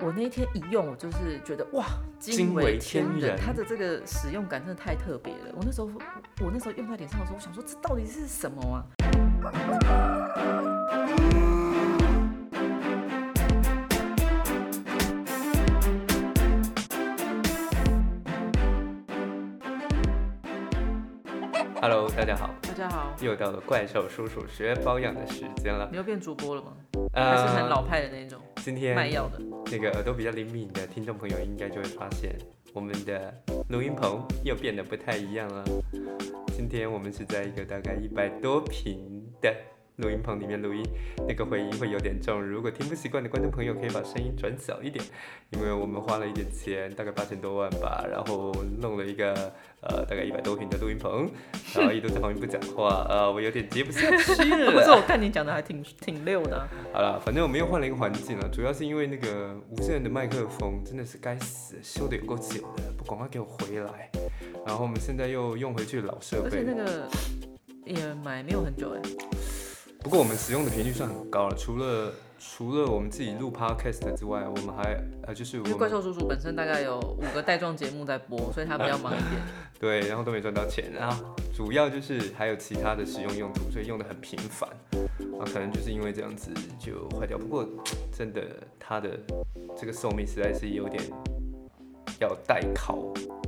我那天一用，我就是觉得哇，惊为为天人，人它的这个使用感真的太特别了。我那时候，我那时候用在脸上的时候，我想说这到底是什么啊？ Hello，大家好，大家好，又到了怪兽叔叔学保养的时间了。你又变主播了吗？还呃是很老派的那种今卖天药的？那个耳朵比较灵敏的听众朋友应该就会发现，我们的录音棚又变得不太一样了。今天我们是在一个大概一百多平的录音棚里面录音，那个回音会有点重。如果听不习惯的观众朋友，可以把声音转小一点，因为我们花了一点钱，大概八千多万吧，然后弄了一个呃大概一百多平的录音棚，然后一度在旁边不讲话，呃，我有点接不下去 了。不是，我看你讲的还挺挺溜的啊、好了，反正我们又换了一个环境了，主要是因为那个无线的麦克风真的是该死，修的有够久的，不赶快给我回来。然后我们现在又用回去老设而且备那，个也买没有很久哎、不过我们使用的频率算很高了，除了除了我们自己录 podcast 之外，我们还呃就是因为我怪们兽叔叔本身大概有五个带状节目在播，所以他比较忙一点。对，然后都没赚到钱，然后主要就是还有其他的使用用途，所以用的很频繁。啊，可能就是因为这样子就坏掉。不过真的，它的这个寿命实在是有点要代考，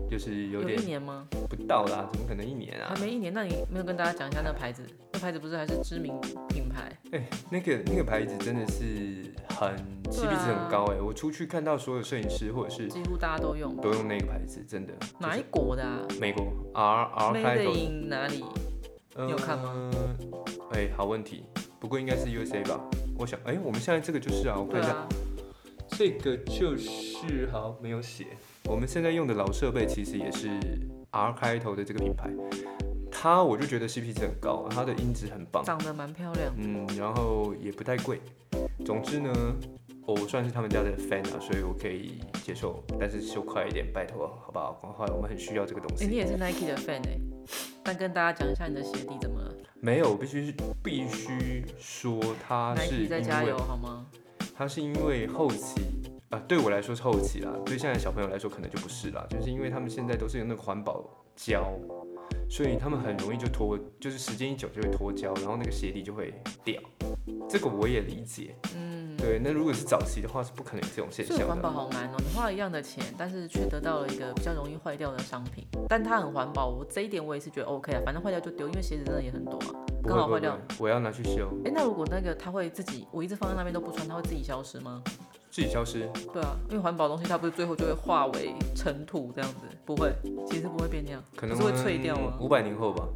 就是 有有点一年吗？不到啦，怎么可能一年还啊？没一年，那你没有跟大家讲一下那个牌子？那牌子不是还是知名品牌？哎、那个那个牌子真的是很对起比值啊很高哎、我出去看到所有摄影师或者是几乎大家都用。都用那个牌子，真的。哪一国的、啊？就是美国 R R Made 开头的 in 哪里？你有看吗嗯？哎、好问题。不过应该是 USA 吧？我想，哎、我们现在这个就是啊，我看对一下，啊，这个就是好没有写。我们现在用的老设备其实也是 R 开头的这个品牌，它我就觉得 CP 值很高，它的音质很棒，长得蛮漂亮。嗯，然后也不太贵。总之呢，我算是他们家的 fan 啊，所以我可以接受，但是修快一点，拜托，好不好？赶快，我们很需要这个东哎、你西。也是 Nike 的 fan 哎、但跟大家讲一下你的鞋底怎么了没有，我必须必须说它是？Nike 在加因为油好吗？它是因为后期啊、对我来说是后期啦，对现在的小朋友来说可能就不是啦，就是因为他们现在都是用那个环保胶，所以他们很容易就脱，就是时间一久就会脱胶，然后那个鞋底就会掉。这个我也理解，嗯，对。那如果是早期的话，是不可能有这种现所以象环保的。好难哦、你花了一样的钱，但是却得到了一个比较容易坏掉的商品，但它很环保，我这一点我也是觉得 OK 啊，反正坏掉就丢，因为鞋子真的也很多啊。不刚会好不坏会不掉会，我要拿去修，哎、那如果那个它会自己，我一直放在那边都不穿，它会自己消失吗？自己消失。对啊，因为环保东西它不是最后就会化为尘土这样子，不会，其实不会变那样，可能不是会脆掉吗五百年后吧，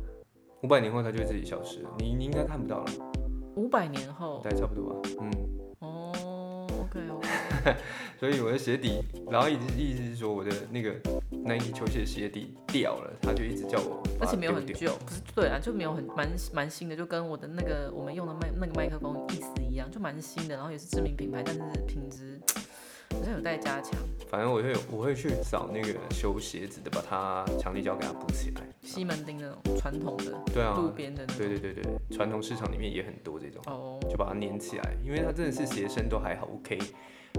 五百年后它就会自己消失了。你你应该看不到了，五百年后大概差不多吧。嗯，哦，OK OK，所以我的鞋底，然后一直意思是说我的那个 Nike 球鞋鞋底掉了，他就一直叫我把而它丢掉，且没有很久，不是对啊，就没有很蛮蛮新的，就跟我的那个我们用的麦那个麦克风意思一样，就蛮新的，然后也是知名品牌，但是品质好像有待加强。反正我会我会去找那个修鞋子的，把它强力胶给它补起来。西门町那种传统的、对啊，路边的那对种，对对对，传统市场里面也很多这种，哦，就把它粘起来，因为它真的是鞋身都还好 OK，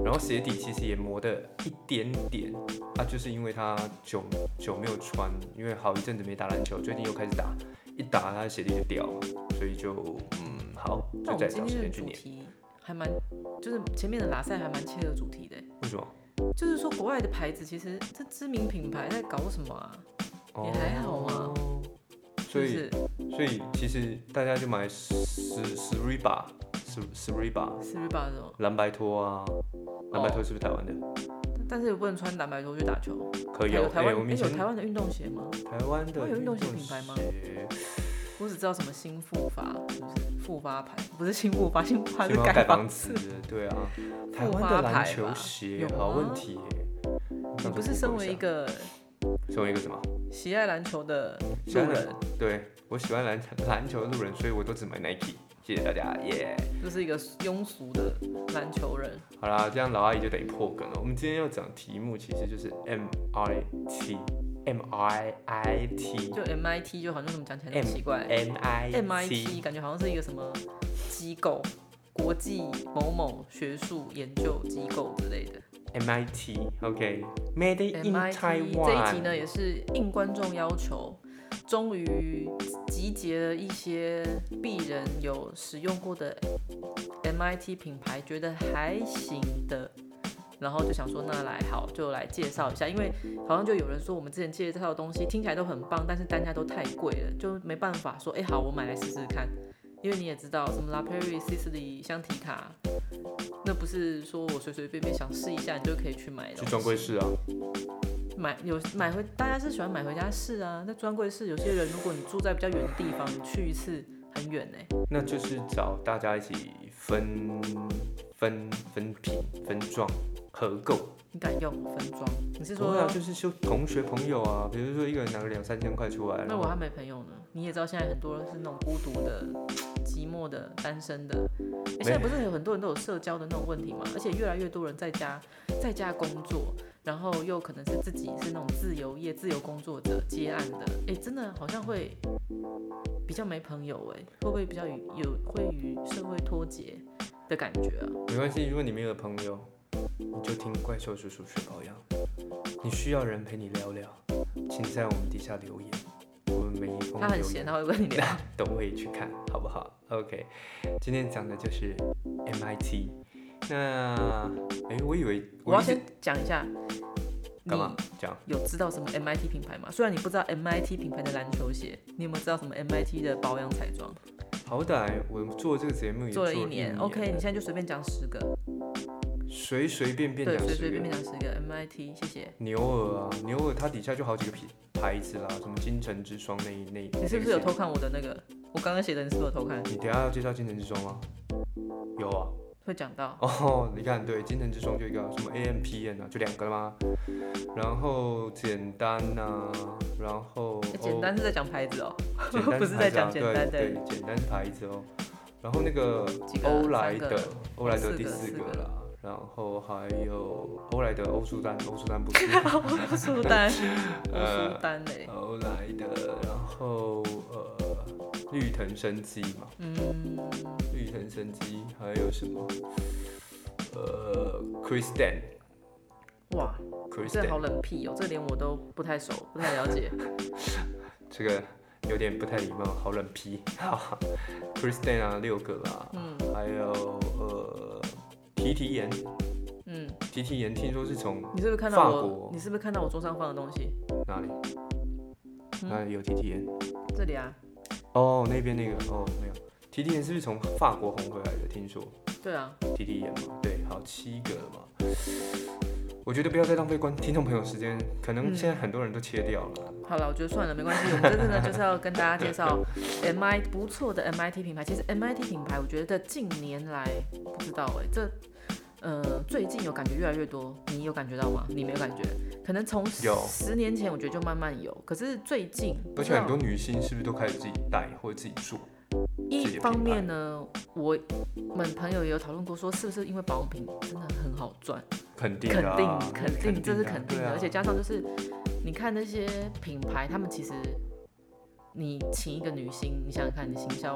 然后鞋底其实也磨的一点点，啊，就是因为它久久没有穿，因为好一阵子没打篮球，最近又开始打，一打它的鞋底就掉了，所以就嗯好，那就我再们今找时天的间去主粘。题还蛮，就是前面的拉塞还蛮切合主题的欸，为什么？就是说国外的牌子其实这知名品牌在搞什么啊？也还好嘛哦。是所不以，是所以其实大家就买十十 r i b a 十十 r i b a 斯瑞巴这种，蓝白拖啊，蓝哦白拖是不是台湾的？但是也不能穿蓝白拖去打球。可以还哦有。台哎，湾、我们以有前台湾的运动鞋吗？台湾的台湾有运动鞋鞋品牌吗我只知道什么新复发，是不是复发牌？不是新复发，新复发是新闻改房房子 子。，对 啊。台复湾发的牌篮球吧鞋有，好吗问题耶。你不是身为一个个身为一个什么？喜爱篮球的喜爱路篮人，对我喜欢篮篮球的路人，所以我都只买 Nike。谢谢大家，耶、就是一个庸俗的篮球人。好啦，这样老阿姨就等于破梗了。我们今天要讲的题目其实就是 M I T M I I T 就 MIT 就好像怎么讲起来那么 M- 奇怪 M I T ，MIT 感觉好像是一个什么机构，国际某某学术研究机构之类的。 MIT，OK，Made、in MIT 这一集 Taiwan。呢，也是应观众要求，终于集结了一些鄙人有使用过的 MIT 品牌，觉得还行的。然后就想说，那来好就来介绍一下，因为好像就有人说我们之前介绍的东西听起来都很棒，但是单价都太贵了，就没办法说，哎，好我买来试试看。因为你也知道，什么 La Prairie、Sisley、香缇卡，那不是说我随随便便想试一下你就可以去买的。去专柜试啊，买有买回，大家是喜欢买回家试啊。那专柜是有些人，如果你住在比较远的地方，你去一次很远欸呢、那就是找大家一起分分分品分装合购。你敢用我分装？你是对说？啊，就是说同学朋友啊，比如说一个人拿个两三千块出来，那我还没朋友呢。你也知道，现在很多人是那种孤独的、寂寞的、单身的。诶现在不是有很多人都有社交的那种问题吗？而且越来越多人在家在家工作，然后又可能是自己是那种自由业、自由工作者接案的。哎、真的好像会比较没朋友哎、会不会比较与有会与社会脱节的感觉啊？没关系，如果你没有朋友，你就听怪兽叔叔去保养。你需要人陪你聊聊，请在我们底下留言，我们每一封他很留闲，言他会跟你聊。都会去看，好不好？OK，今天讲的就是 MIT。那，哎， 我以为我要一直先讲一下，干嘛讲？有知道什么 MIT 品牌吗？虽然你不知道 MIT 品牌的篮球鞋，你有没有知道什么 MIT 的保养彩妆？好歹我做这个节目也做了了一一年，OK，你现在就随便讲十个，随随便便对，讲随十随个便便讲十个 MIT，谢谢。牛耳啊，牛耳它底下就好几个品牌子啦，什么金城之霜那一那一。你是不是有那个系列偷看我的那个？我刚刚写的，你是不是有偷看？你等一下要介绍金城之霜吗？有啊。会讲到哦，你看，对，金城之霜就一个什么 AMPN 啊，就两个了吗？然后简单呐、然后、诶欸简单是在讲牌子 哦，哦、简 单不是在讲牌简子啊单对对对简单牌子哦。然后那个几个啊欧莱三个德，欧莱德四第个四四个个啦。然后还有欧莱德欧舒丹，欧舒丹不 是苏丹，呃苏丹嘞，欧莱德，然后呃绿藤生机嘛，嗯，绿藤生机，还有什么？呃 c h r i s t a n 哇， c h r i s t a 这 n 好冷僻哦，这连我都不太熟，不太了解。这个有点不太礼貌，好冷 皮。好 Kristen 啊，六个啦，嗯还有呃提提盐，嗯，提提盐听说是从你是不是看到法我国？你是不是看到我桌上放的东西？哪里？嗯哪里有提提盐？这里啊，哦，那边那个哦，没有。提提盐是不是从法国红回来的？听说对啊，提提盐嘛，对，好七个了嘛。我觉得不要再浪费观听众朋友时间，可能嗯现在很多人都切掉了。好了，我觉得算了，没关系。我们这次呢，就是要跟大家介绍 MIT 不错的 MIT 品牌。其实 MIT 品牌，我觉得近年来不知道哎、这呃最近有感觉越来越多，你有感觉到吗？你没有感觉？可能从有十年前我觉得就慢慢有，可是最近而且不知很道多女性是不是都开始自己带或者自己做？自己一的方品牌面呢，我们朋友也有讨论过，说是不是因为保养品真的很好赚？肯定肯的定啊、肯定，这是肯定对的，啊而且加上就是，你看那些品牌，他们其实你请一个女星，你想想看，你行销，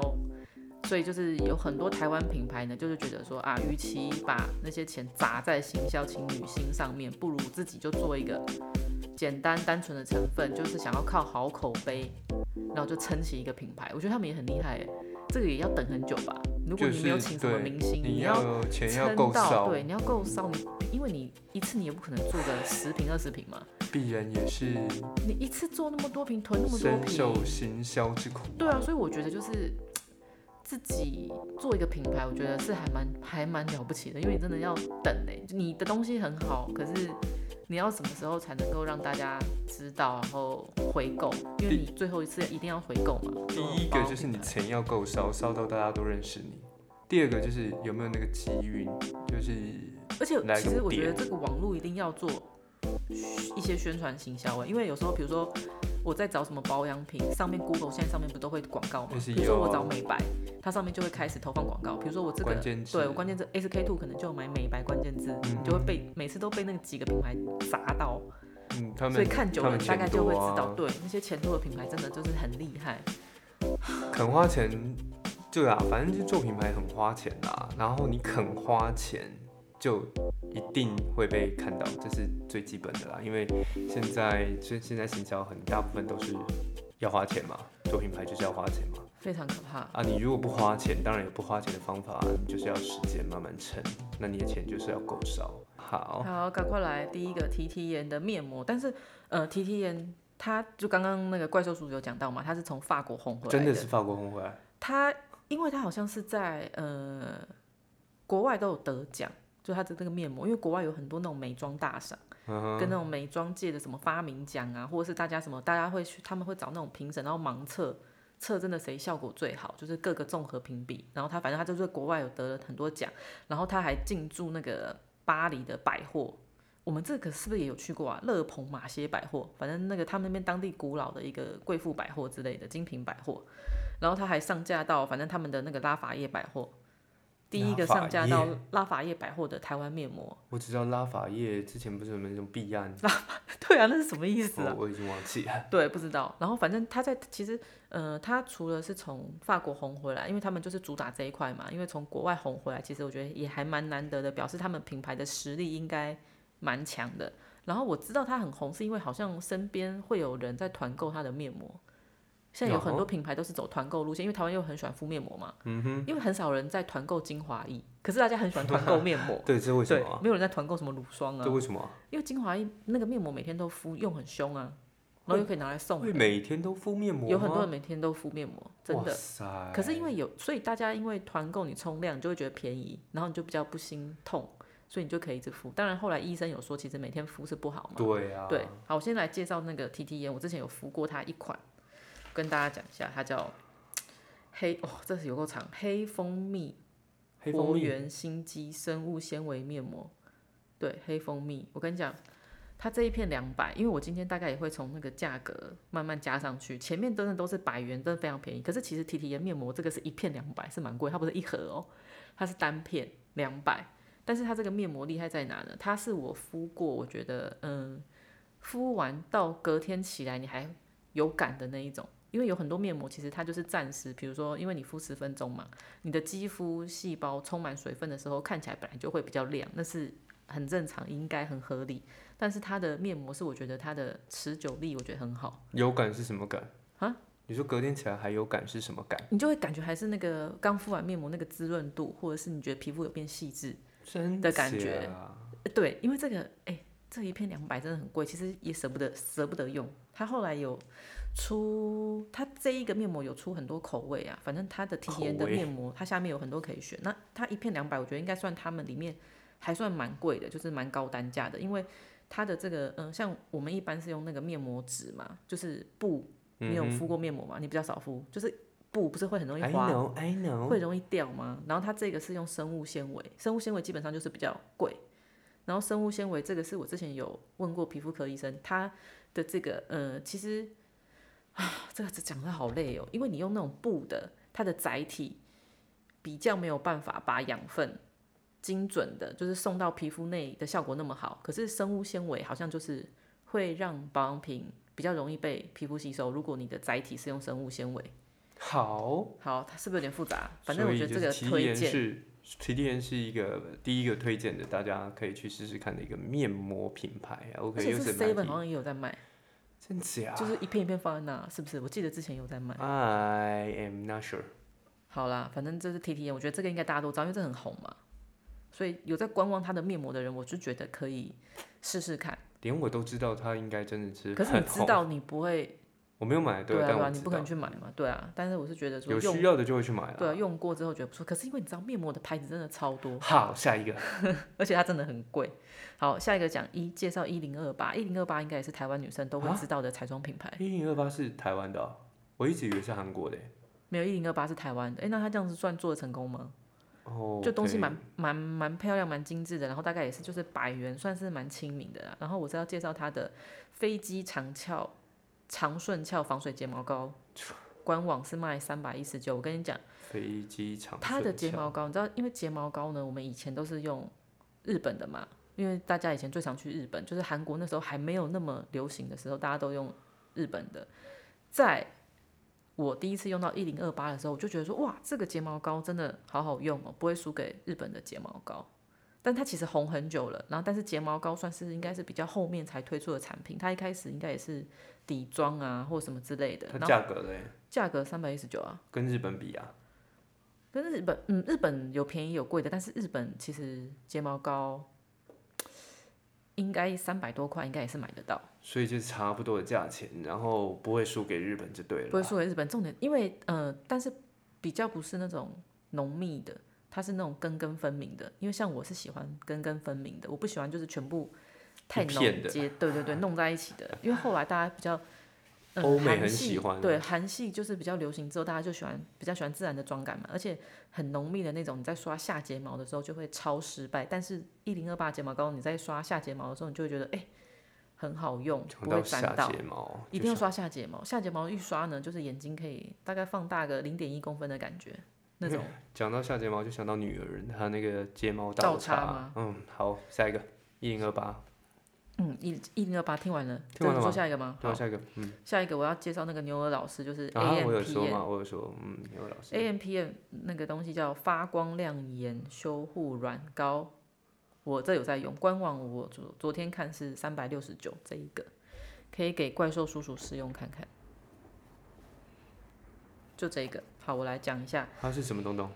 所以就是有很多台湾品牌呢，就是觉得说啊，与其把那些钱砸在行销请女星上面，不如自己就做一个简单单纯的成分，就是想要靠好口碑，然后就撑起一个品牌。我觉得他们也很厉害耶，这个也要等很久吧。如果就你没有是请什么对明星，你你要要钱要撑够到，少，对，你要够烧，你因为你一次你也不可能做个十瓶二十瓶嘛，鄙人也是你一次做那么多瓶，囤那么多深受瓶，行销之苦。对啊，所以我觉得就是自己做一个品牌，我觉得是还蛮还蛮了不起的，因为你真的要等哎、你的东西很好，可是你要什么时候才能够让大家知道，然后回购？因为第你最后一次一定要回购嘛。第做一包个就是品你牌钱要够烧，烧到大家都认识你。第二个就是有没有那个机运，就是而且来其个实我觉得点这个网络一定要做一些宣传行销诶，啊因为有时候比如说我在找什么保养品，上面 Google 现在上面不都会广告吗？就是比如说有我找美白，它上面就会开始投放广告。比如说我这个关键字。对我关键字 SK two 可能就有买美白关键字，嗯你就会被每次都被那几个品牌砸到，嗯，他们所以看久他了们你大钱概就会多啊知道，对那些钱多的品牌真的就是很厉害。肯花钱，对啊，反正就做品牌很花钱啦。然后你肯花钱，就一定会被看到，这是最基本的啦。因为现在现现在行销很大部分都是要花钱嘛，做品牌就是要花钱嘛。非常可怕。啊，你如果不花钱，当然有不花钱的方法啊，你就是要时间慢慢撑，那你的钱就是要够少。好，好，赶快来第一个提提盐的面膜，但是呃，提提盐，它就刚刚那个怪兽叔叔有讲到嘛，它是从法国红回来哦真的的是法国红回来，他因为他好像是在呃国外都有得奖，就他的这个面膜，因为国外有很多那种美妆大赏，跟那种美妆界的什么发明奖啊，或者是大家什么，大家会去他们会找那种评审，然后盲测测真的谁效果最好，就是各个综合评比。然后他反正他就是国外有得了很多奖，然后他还进驻那个巴黎的百货。我们这个是不是也有去过啊？乐鹏马歇百货，反正那个他们那边当地古老的一个贵妇百货之类的精品百货，然后它还上架到反正他们的那个拉法叶百货，第一个上架到拉法叶百货的台湾面膜。 我只知道拉法叶之前不是有那种弊案，对啊，那是什么意思啊？我我已经忘记了。 对，不知道。然后反正他在其实，呃，他除了是从法国红回来，因为他们就是主打这一块嘛，因为从国外红回来，其实我觉得也还蛮难得的，表示他们品牌的实力应该蛮强的。然后我知道他很红，是因为好像身边会有人在团购他的面膜。现在有很多品牌都是走团购路线，因为台湾又很喜欢敷面膜嘛，嗯哼，因为很少人在团购精华液，可是大家很喜欢团购面膜，对， 这为什对么啊？，没有人在团购什么乳霜啊这，为什么啊？因为精华液那个面膜每天都敷，用很凶啊，然后又可以拿来送会人。每天都敷面膜有很吗多人每天都敷面膜，真哇的。塞！可是因为有，所以大家因为团购你冲量，你就会觉得便宜，然后你就比较不心痛，所以你就可以一直敷。当然后来医生有说，其实每天敷是不好嘛。对啊，对，好，我先来介绍那个 T T 盐，我之前有敷过它一款，跟大家讲一下，它叫黑哦，这是有够长，黑蜂蜜黑蜂活蜜源心肌生物纤维面膜，对，黑蜂蜜。我跟你讲，它这一片两百，因为我今天大概也会从那个价格慢慢加上去。前面真的都是百元，真的非常便宜。可是其实提提颜面膜这个是一片两百，是蛮贵，它不是一盒哦，它是单片两百。但是它这个面膜厉害在哪呢？它是我敷过，我觉得嗯，敷完到隔天起来你还有感的那一种。因为有很多面膜，其实它就是暂时，比如说，因为你敷十分钟嘛，你的肌肤细胞充满水分的时候，看起来本来就会比较亮，那是很正常，应该很合理。但是它的面膜是我觉得它的持久力，我觉得很好，有感是什么感啊？你说隔天起来还有感是什么感？你就会感觉还是那个刚敷完面膜那个滋润度，或者是你觉得皮肤有变细致。真的感假觉啊呃对，因为这个，哎、这一片两百真的很贵，其实也舍不得舍不得用。它后来有出，它这一个面膜有出很多口味啊，反正它的 T 口 T N 的味面膜，它下面有很多可以选。那它一片两百，我觉得应该算他们里面还算蛮贵的，就是蛮高单价的，因为它的这个，嗯、像我们一般是用那个面膜纸嘛，就是布，你有敷过面膜吗？你比较少敷，就是布不是会很容易嗯？I 滑 know, I know。会容易掉吗？然后它这个是用生物纤维，生物纤维基本上就是比较贵。然后生物纤维这个是我之前有问过皮肤科医生，他的这个呃，其实啊，这个讲的好累哦，因为你用那种布的，它的载体比较没有办法把养分精准的，就是送到皮肤内的效果那么好。可是生物纤维好像就是会让保养品比较容易被皮肤吸收，如果你的载体是用生物纤维。好，好，它是不是有点复杂？反正所我以觉得就这个是推 TDN 荐是 TDN 是一个第一个推荐的，大家可以去试试看的一个面膜品牌。啊而 OK，且又是 MIT Seven 好像也有在卖，真假就是一片一片放在那，是不是？我记得之前有在卖。 ？I am not sure。好啦，反正这是 T T N，我觉得这个应该大家都知道，因为这很红嘛。所以有在观望它的面膜的人，我就觉得可以试试看。连我都知道，它应该真的是可是你很知红。道你不会，我没有买，对啊但对啊，我你知不可道能去买嘛，对啊。但是我是觉得说有用需要的就会去买对了。啊，用过之后觉得不错。可是因为你知道面膜的牌子真的超多， 好，下一个。而且它真的很贵。好，下一个讲一介绍一零二八，一零二八应该也是台湾女生啊都会知道的彩妆品牌。一零二八是台湾的哦、我一直以为是韩国的欸。没有一零二八是台湾的，哎、那它这样子算做的成功吗？哦，就东西 OK 蛮蛮蛮漂亮、蛮精致的，然后大概也是就是百元，算是蛮亲民的啦。然后我是要介绍它的飞机长翘长顺翘防水睫毛膏，官网是卖三百一十九。我跟你讲，飞机场它的顺睫桥毛膏，你知道，因为睫毛膏呢，我们以前都是用日本的嘛，因为大家以前最常去日本，就是韩国那时候还没有那么流行的时候，大家都用日本的。在我第一次用到一零二八的时候，我就觉得说，哇，这个睫毛膏真的好好用哦，不会输给日本的睫毛膏。但它其实红很久了。然后，但是睫毛膏算是应该是比较后面才推出的产品，它一开始应该也是底妆啊或什么之类的。它然后价格嘞，价格三百一十九啊，跟日本比啊，跟日本嗯日本有便宜有贵的，但是日本其实睫毛膏应该三百多块应该也是买得到，所以就是差不多的价钱，然后不会输给日本就对了。不会输给日本。重点因为呃，但是比较不是那种浓密的，它是那种根根分明的。因为像我是喜欢根根分明的，我不喜欢就是全部太一浓片的结，对对对，弄在一起的。因为后来大家比较。呃欧美韩很系喜欢啊对韩系就是比较流行之后，大家就喜欢比较喜欢自然的妆感嘛，而且很浓密的那种，你在刷下睫毛的时候就会超失败。但是，一零二八睫毛膏，你在刷下睫毛的时候，你就会觉得哎、很好用，讲不会下沾到。睫毛，一定要刷下睫毛，下睫毛一刷呢，就是眼睛可以大概放大个零点一公分的感觉，那种讲到下睫毛就想到女儿，她那个睫毛倒叉。插吗嗯，好，下一个一零二八，嗯，一一零二八听完了，听完这了你说吗下一个吗？对啊，好下一个，嗯，下一个我要介绍那个牛儿老师，就是 A 啊，我 M 有 P 说 N 嘛，我有说，嗯，有老师， A M P M 那个东西叫发光亮眼修护软膏，我这有在用。官网我昨昨天看是三百六十九这一个，可以给怪兽叔叔试用看看。就这一个，好，我来讲一下，它是什么东东？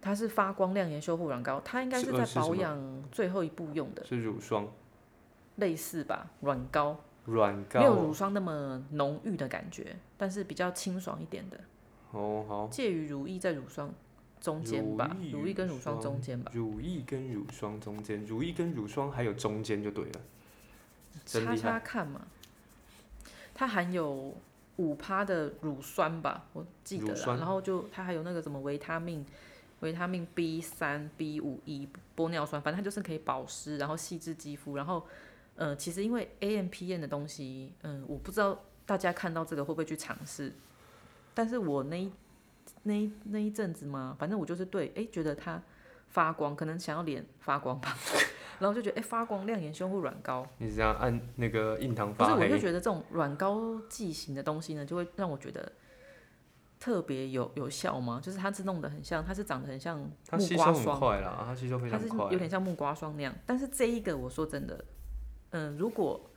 它是发光亮眼修护软膏，它应该是是呃在是什保么养最后一步用的，是乳霜，类似吧，软膏，软没有膏。乳霜那么浓郁的感觉，但是比较清爽一点的，哦，好，介于乳液在乳霜中间吧，乳液跟乳霜中间吧。乳液跟乳霜中间，乳液跟乳霜还有中间就对了。真擦厉害擦看嘛，它含有五趴的乳酸吧，我记得乳啦。酸然后就它还有那个什么维他命，维他命 B 三、B 五一、玻尿酸，反正它就是可以保湿，然后细致肌肤。然后，呃，其实因为 A M P N 的东西，嗯、我不知道大家看到这个会不会去尝试，但是我那一那一那一阵子嘛，反正我就是对，哎，觉得它发光，可能想要脸发光吧， 然后就觉得哎发光亮眼修护软膏。你这样按那个印堂不是，发我就黑，觉得这种软膏剂型的东西呢，就会让我觉得特别有有效吗？就是它是弄得很像，它是长得很像它木吸收瓜很霜，快啦，它吸收非它常是快有。点像木瓜霜那样。但是这一个，我说真的，嗯，如果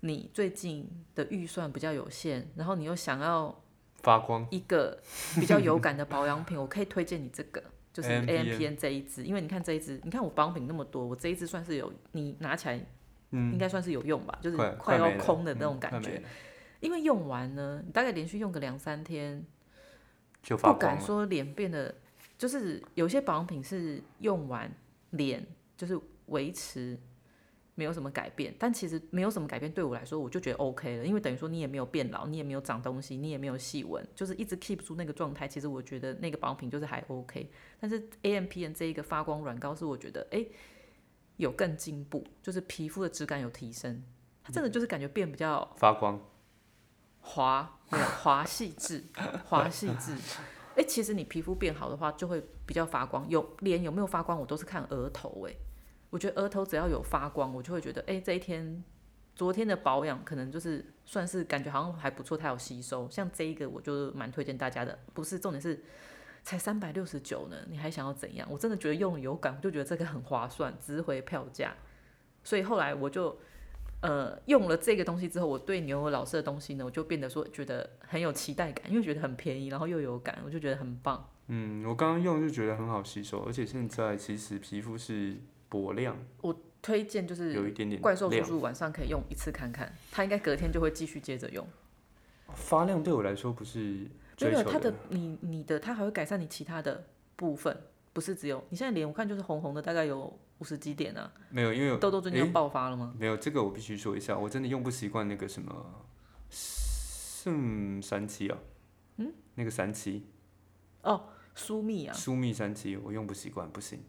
你最近的预算比较有限，然后你又想要发光，一个比较有感的保养品，我可以推荐你这个，就是 A M AMPN P N 这一支，因为你看这一支，你看我保养品那么多，我这一支算是有，你拿起来应嗯，该算是有用吧，就是快快要没了空的那嗯种感快觉没。了因为用完呢，你大概连续用个两三天，就发不光敢了。说脸变得，就是有些保养品是用完脸就是维持没有什么改变，但其实没有什么改变对我来说，我就觉得 OK 了，因为等于说你也没有变老，你也没有长东西，你也没有细纹，就是一直 keep 住那个状态。其实我觉得那个保养品就是还 OK，但是 AMPN 这一个发光软膏是我觉得哎、诶有更进步，就是皮肤的质感有提升，它嗯真的就是感觉变比较。发光，滑，没有滑细致，滑细致。哎、其实你皮肤变好的话，就会比较发光。有脸有没有发光，我都是看额头、诶，我觉得额头只要有发光，我就会觉得，哎、这一天昨天的保养可能就是算是感觉好像还不错，它有吸收。像这一个，我就蛮推荐大家的。不是重点是。才三百六十九呢，你还想要怎样？我真的觉得用了有感，我就觉得这个很划算，值回票价。所以后来我就呃，用了这个东西之后，我对牛油老师的东西呢，我就变得说觉得很有期待感，因为觉得很便宜，然后又有感，我就觉得很棒。嗯，我刚刚用就觉得很好吸收，而且现在其实皮肤是薄亮，推荐就是有一点点怪兽叔亮叔晚上可以用一次看看，他应该隔天就会继续接着用。发亮对我来说不是没追有求它的的你你的，它还会改善你其他的部分，不是只有你现在脸我看就是红红的，大概有五十几点啊。没有，因为痘痘最近要诶爆发了吗？没有这个我必须说一下，我真的用不习惯那个什么圣三七啊，嗯，那个三七疏密啊，疏密三七，我用不习惯，不行，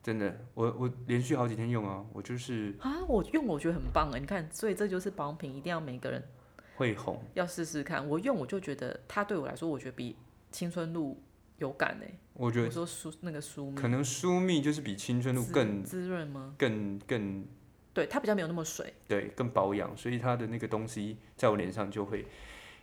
真的，我我连续好几天用啊，我就是啊，我用我觉得很棒哎，你看，所以这就是保养品一定要每个人会红，要试试看。我用我就觉得它对我来说，我觉得比青春露有感哎、我觉我得说舒那个舒密可能疏密就是比青春露滋更滋润吗？更更对，它比较没有那么水。对更保养，所以它的那个东西在我脸上就会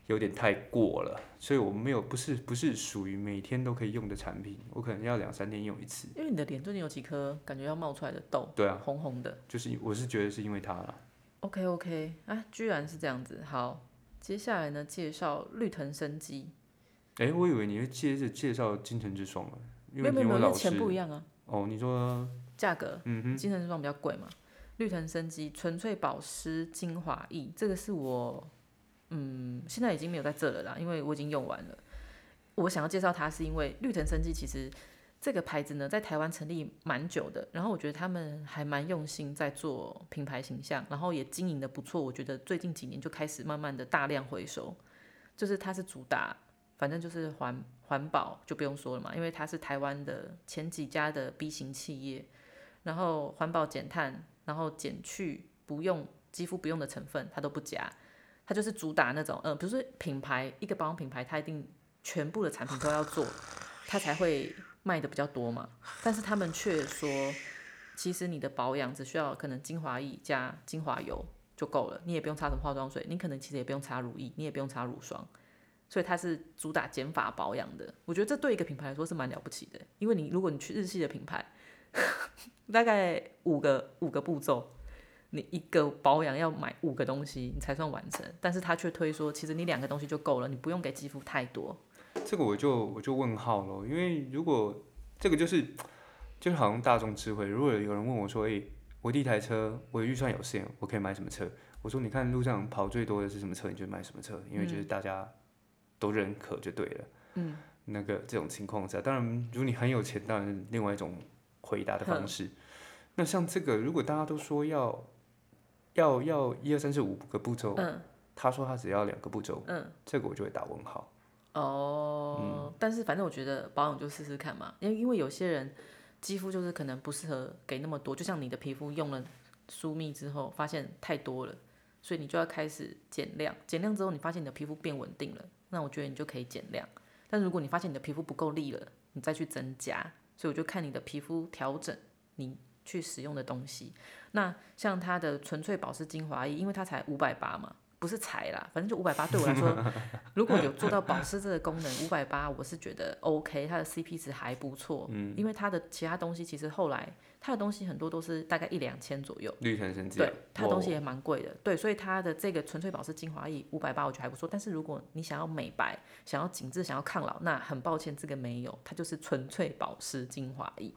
有点太过了，所以我没有不是不是属于每天都可以用的产品，我可能要两三天用一次。因为你的脸最近有几颗感觉要冒出来的痘，对啊，红红的。就是我是觉得是因为它啦。 OK OK，啊，居然是这样子。好，接下来呢，介绍绿藤生机，哎，我以为你会接着介绍金城之霜啊，因没为有没有你没有，因老为师钱不一样啊，哦，你说价格。嗯哼，精神之霜比较贵嘛。绿藤生机纯粹保湿精华液，这个是我嗯现在已经没有在这了啦，因为我已经用完了。我想要介绍它是因为绿藤生机其实这个牌子呢在台湾成立蛮久的，然后我觉得他们还蛮用心在做品牌形象，然后也经营的不错。我觉得最近几年就开始慢慢的大量回收，就是它是主打，反正就是环环保就不用说了嘛，因为它是台湾的前几家的 B 型企业。然后环保减碳，然后减去不用肌肤不用的成分，它都不加，它就是主打那种，嗯、比如说品牌一个保养品牌，它一定全部的产品都要做，它才会卖的比较多嘛。但是他们却说，其实你的保养只需要可能精华液加精华油就够了，你也不用擦什么化妆水，你可能其实也不用擦乳液，你也不用擦乳霜。所以它是主打减法保养的，我觉得这对一个品牌来说是蛮了不起的，因为你如果你去日系的品牌，大概五个五个步骤，你一个保养要买五个东西，你才算完成。但是他却推说，其实你两个东西就够了，你不用给肌肤太多。这个我就我就问号了，因为如果这个就是就是好像大众智慧，如果有人问我说，诶、我第一台车，我的预算有限，我可以买什么车？我说，你看路上跑最多的是什么车，你就买什么车，因为嗯就是大家都认可就对了。嗯，那个这种情况下，当然如果你很有钱，当然是另外一种回答的嗯方式。那像这个，如果大家都说要要要一二三四五个步骤，嗯他说他只要两个步骤，嗯，这个我就会打问号。哦，但是反正我觉得保养就试试看嘛，因为因为有些人肌肤就是可能不适合给那么多，就像你的皮肤用了疏密之后，发现太多了，所以你就要开始减量。减量之后，你发现你的皮肤变稳定了，那我觉得你就可以减量。但如果你发现你的皮肤不够力了，你再去增加。所以我就看你的皮肤调整你去使用的东西。那像它的纯粹保湿精华液，因为它才五百八嘛，不是才啦，反正就五百八对我来说如果有做到保湿这个功能，五百八我是觉得 OK，它的 CP 值还不错。嗯，因为它的其他东西其实后来它的东西很多都是大概一两千左右，绿藤生机啊，对，它的东西哇也蛮贵的。对，所以它的这个纯粹保湿精华液五百八我觉得还不错。但是如果你想要美白、想要紧致、想要抗老，那很抱歉这个没有，它就是纯粹保湿精华液。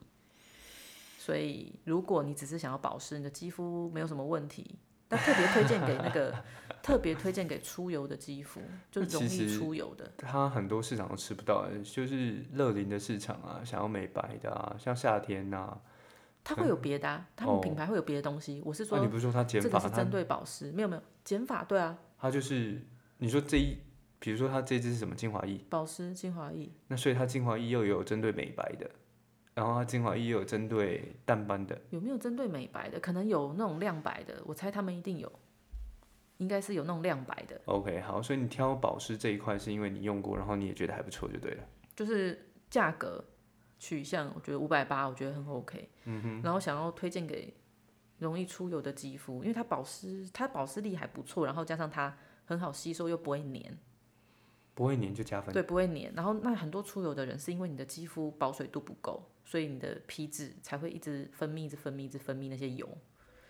所以如果你只是想要保湿，你的肌肤没有什么问题。但特别推荐给那个，特别推荐给出油的肌肤，就那容其易实出油的。它很多市场都吃不到，就是乐龄的市场啊，想要美白的啊，像夏天呐、啊，它会有别的、啊，他们哦品牌会有别的东西。我是啊、说你，不是说它减这法，个是它针对保湿，没有没有减法，对啊，它就是你说这一，比如说它这支是什么精华液，保湿精华液，那所以它精华液又有针对美白的，然后它精华液又有针对淡斑的，有没有针对美白的？可能有那种亮白的，我猜他们一定有，应该是有那种亮白的， OK，好，所以你挑保湿这一块是因为你用过，然后你也觉得还不错就对了。就是价格取向，我觉得五百八，我觉得很 OK。嗯哼，然后想要推荐给容易出油的肌肤，因为它保湿，它保湿力还不错，然后加上它很好吸收，又不会黏。不会粘就加分，对，不会黏。然后那很多出油的人是因为你的肌肤保水度不够，所以你的皮脂才会一直分泌、一直分泌、一直分泌那些油，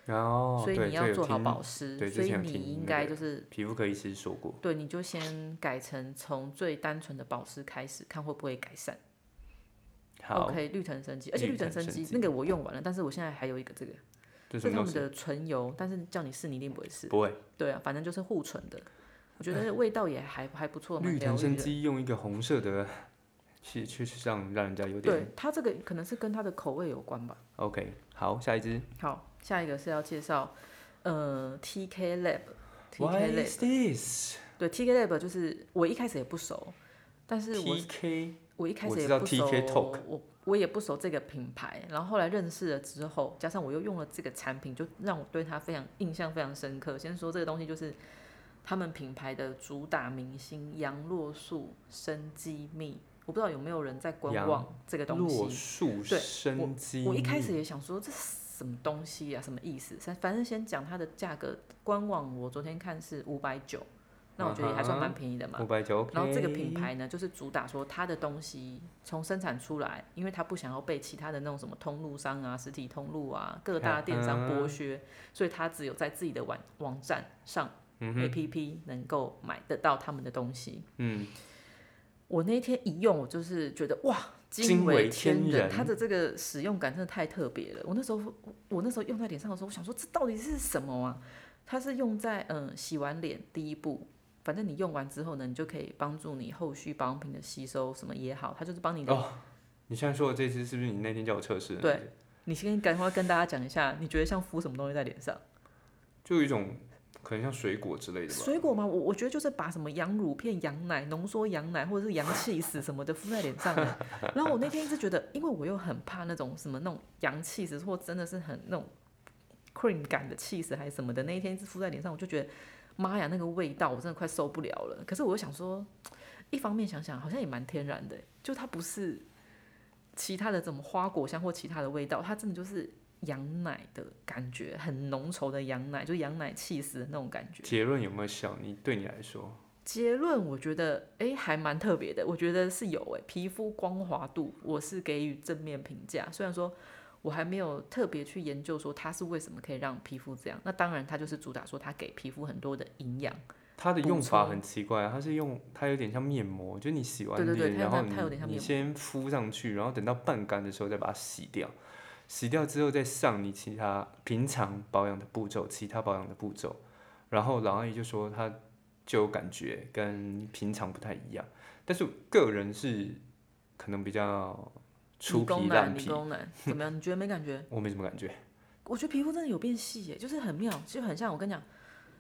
然后所以哦对你这要有做好听保湿。对之所以前有你听应那该个就是皮肤科医师说过，对，你就先改成从最单纯的保湿开始，看会不会改善。好， OK，绿藤生机，而且绿绿藤藤生生机机那个我用完了，但是我现在还有一个这个，这是什么他东们西？的唇油，但是叫你试你一定不会试。不会，对啊，反正就是护唇的，我觉得味道也还还不错，蛮哎绿疗藤愈生的。机用一个红色的，去去让让人家有点对它这个可能是跟它的口味有关吧。 OK。好，下一支。好，下一个是要介绍，呃，TK Lab。 Why TK Lab， is this 对 TK Lab 就是我一开始也不熟，但是我 TK？我一开我始也知道不熟， TK Talk 我我也不熟这个品牌，然后后来认识了之后，加上我又用了这个产品，就让我对它非常印象非常深刻。先说这个东西就是他们品牌的主打明星杨洛素生机蜜，我不知道有没有人在观杨望这个东西。洛树对生机我一开蜜始也想说这是什么东西啊，什么意思？反反正先讲它的价格，官网我昨天看是五百九，那我觉得也还算啊蛮哈便宜的嘛。五百九。然后这个品牌呢，就是主打说它的东西从生产出来，因为它不想要被其他的那种什么通路商啊、实体通路啊、各大电商剥削，所以它只有在自己的网网站上、嗯 APP 能够买得到他们的东西。嗯，我那天一用，我就是觉得哇，惊为为天天人它的这个使用感真的太特别了。我那时候我我那时候用在脸上的时候，我想说这到底是什么啊？它是用在嗯、呃洗完脸第一步，反正你用完之后呢，你就可以帮助你后续保养品的吸收什么也好，它就是帮你的。哦你现在说的这支是不是你那天叫我测试？对，你先赶快跟大家讲一下，你觉得像敷什么东西在脸上？就有一种可能像水果之类的吧。水果吗？我我觉得就是把什么羊乳片、羊奶、浓缩羊奶或者是羊气死什么的敷在脸上的。然后我那天一直觉得，因为我又很怕那种什么那种羊气死或真的是很那种 cream 感的气死还是什么的，那一天一直敷在脸上，我就觉得妈呀，那个味道我真的快受不了了。可是我又想说，一方面想想好像也蛮天然的，欸就它不是其他的什么花果香或其他的味道，它真的就是。羊奶的感觉很浓稠的羊奶，就是羊奶气死的那种感觉。结论有没有效？你对你来说，结论我觉得，诶还蛮特别的。我觉得是有诶，皮肤光滑度我是给予正面评价。虽然说我还没有特别去研究说它是为什么可以让皮肤这样，那当然它就是主打说它给皮肤很多的营养。它的用补法充很奇怪，啊它是用它有点像面膜，就你洗完对对脸，对它有然后点它有点像你你面膜先敷上去，然后等到半干的时候再把它洗掉，洗掉之后再上你其他平常保养的步骤，其他保养的步骤。然后老阿姨就说她就有感觉跟平常不太一样，但是个人是可能比较粗理工皮男，烂理皮，工男怎么样？你觉得没感觉？我没什么感觉。我觉得皮肤真的有变细耶，就是很妙，就很像我跟你讲，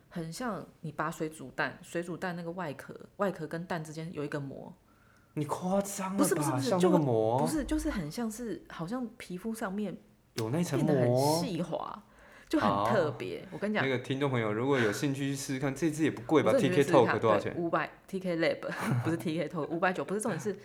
很像你把水煮蛋，水煮蛋那个外壳，外壳跟蛋之间有一个膜，你夸张了吧？不是不是不是像就那个膜不是，就是很像是好像皮肤上面有那层变得很膜。细滑，就很哦特别。我跟你讲那，个听众朋友，如果有兴趣去试试看，这支也不贵吧我真的？TK 觉得 Talk 多少钱？五百 TK Lab 不是 TK Talk 五百九，不是重点是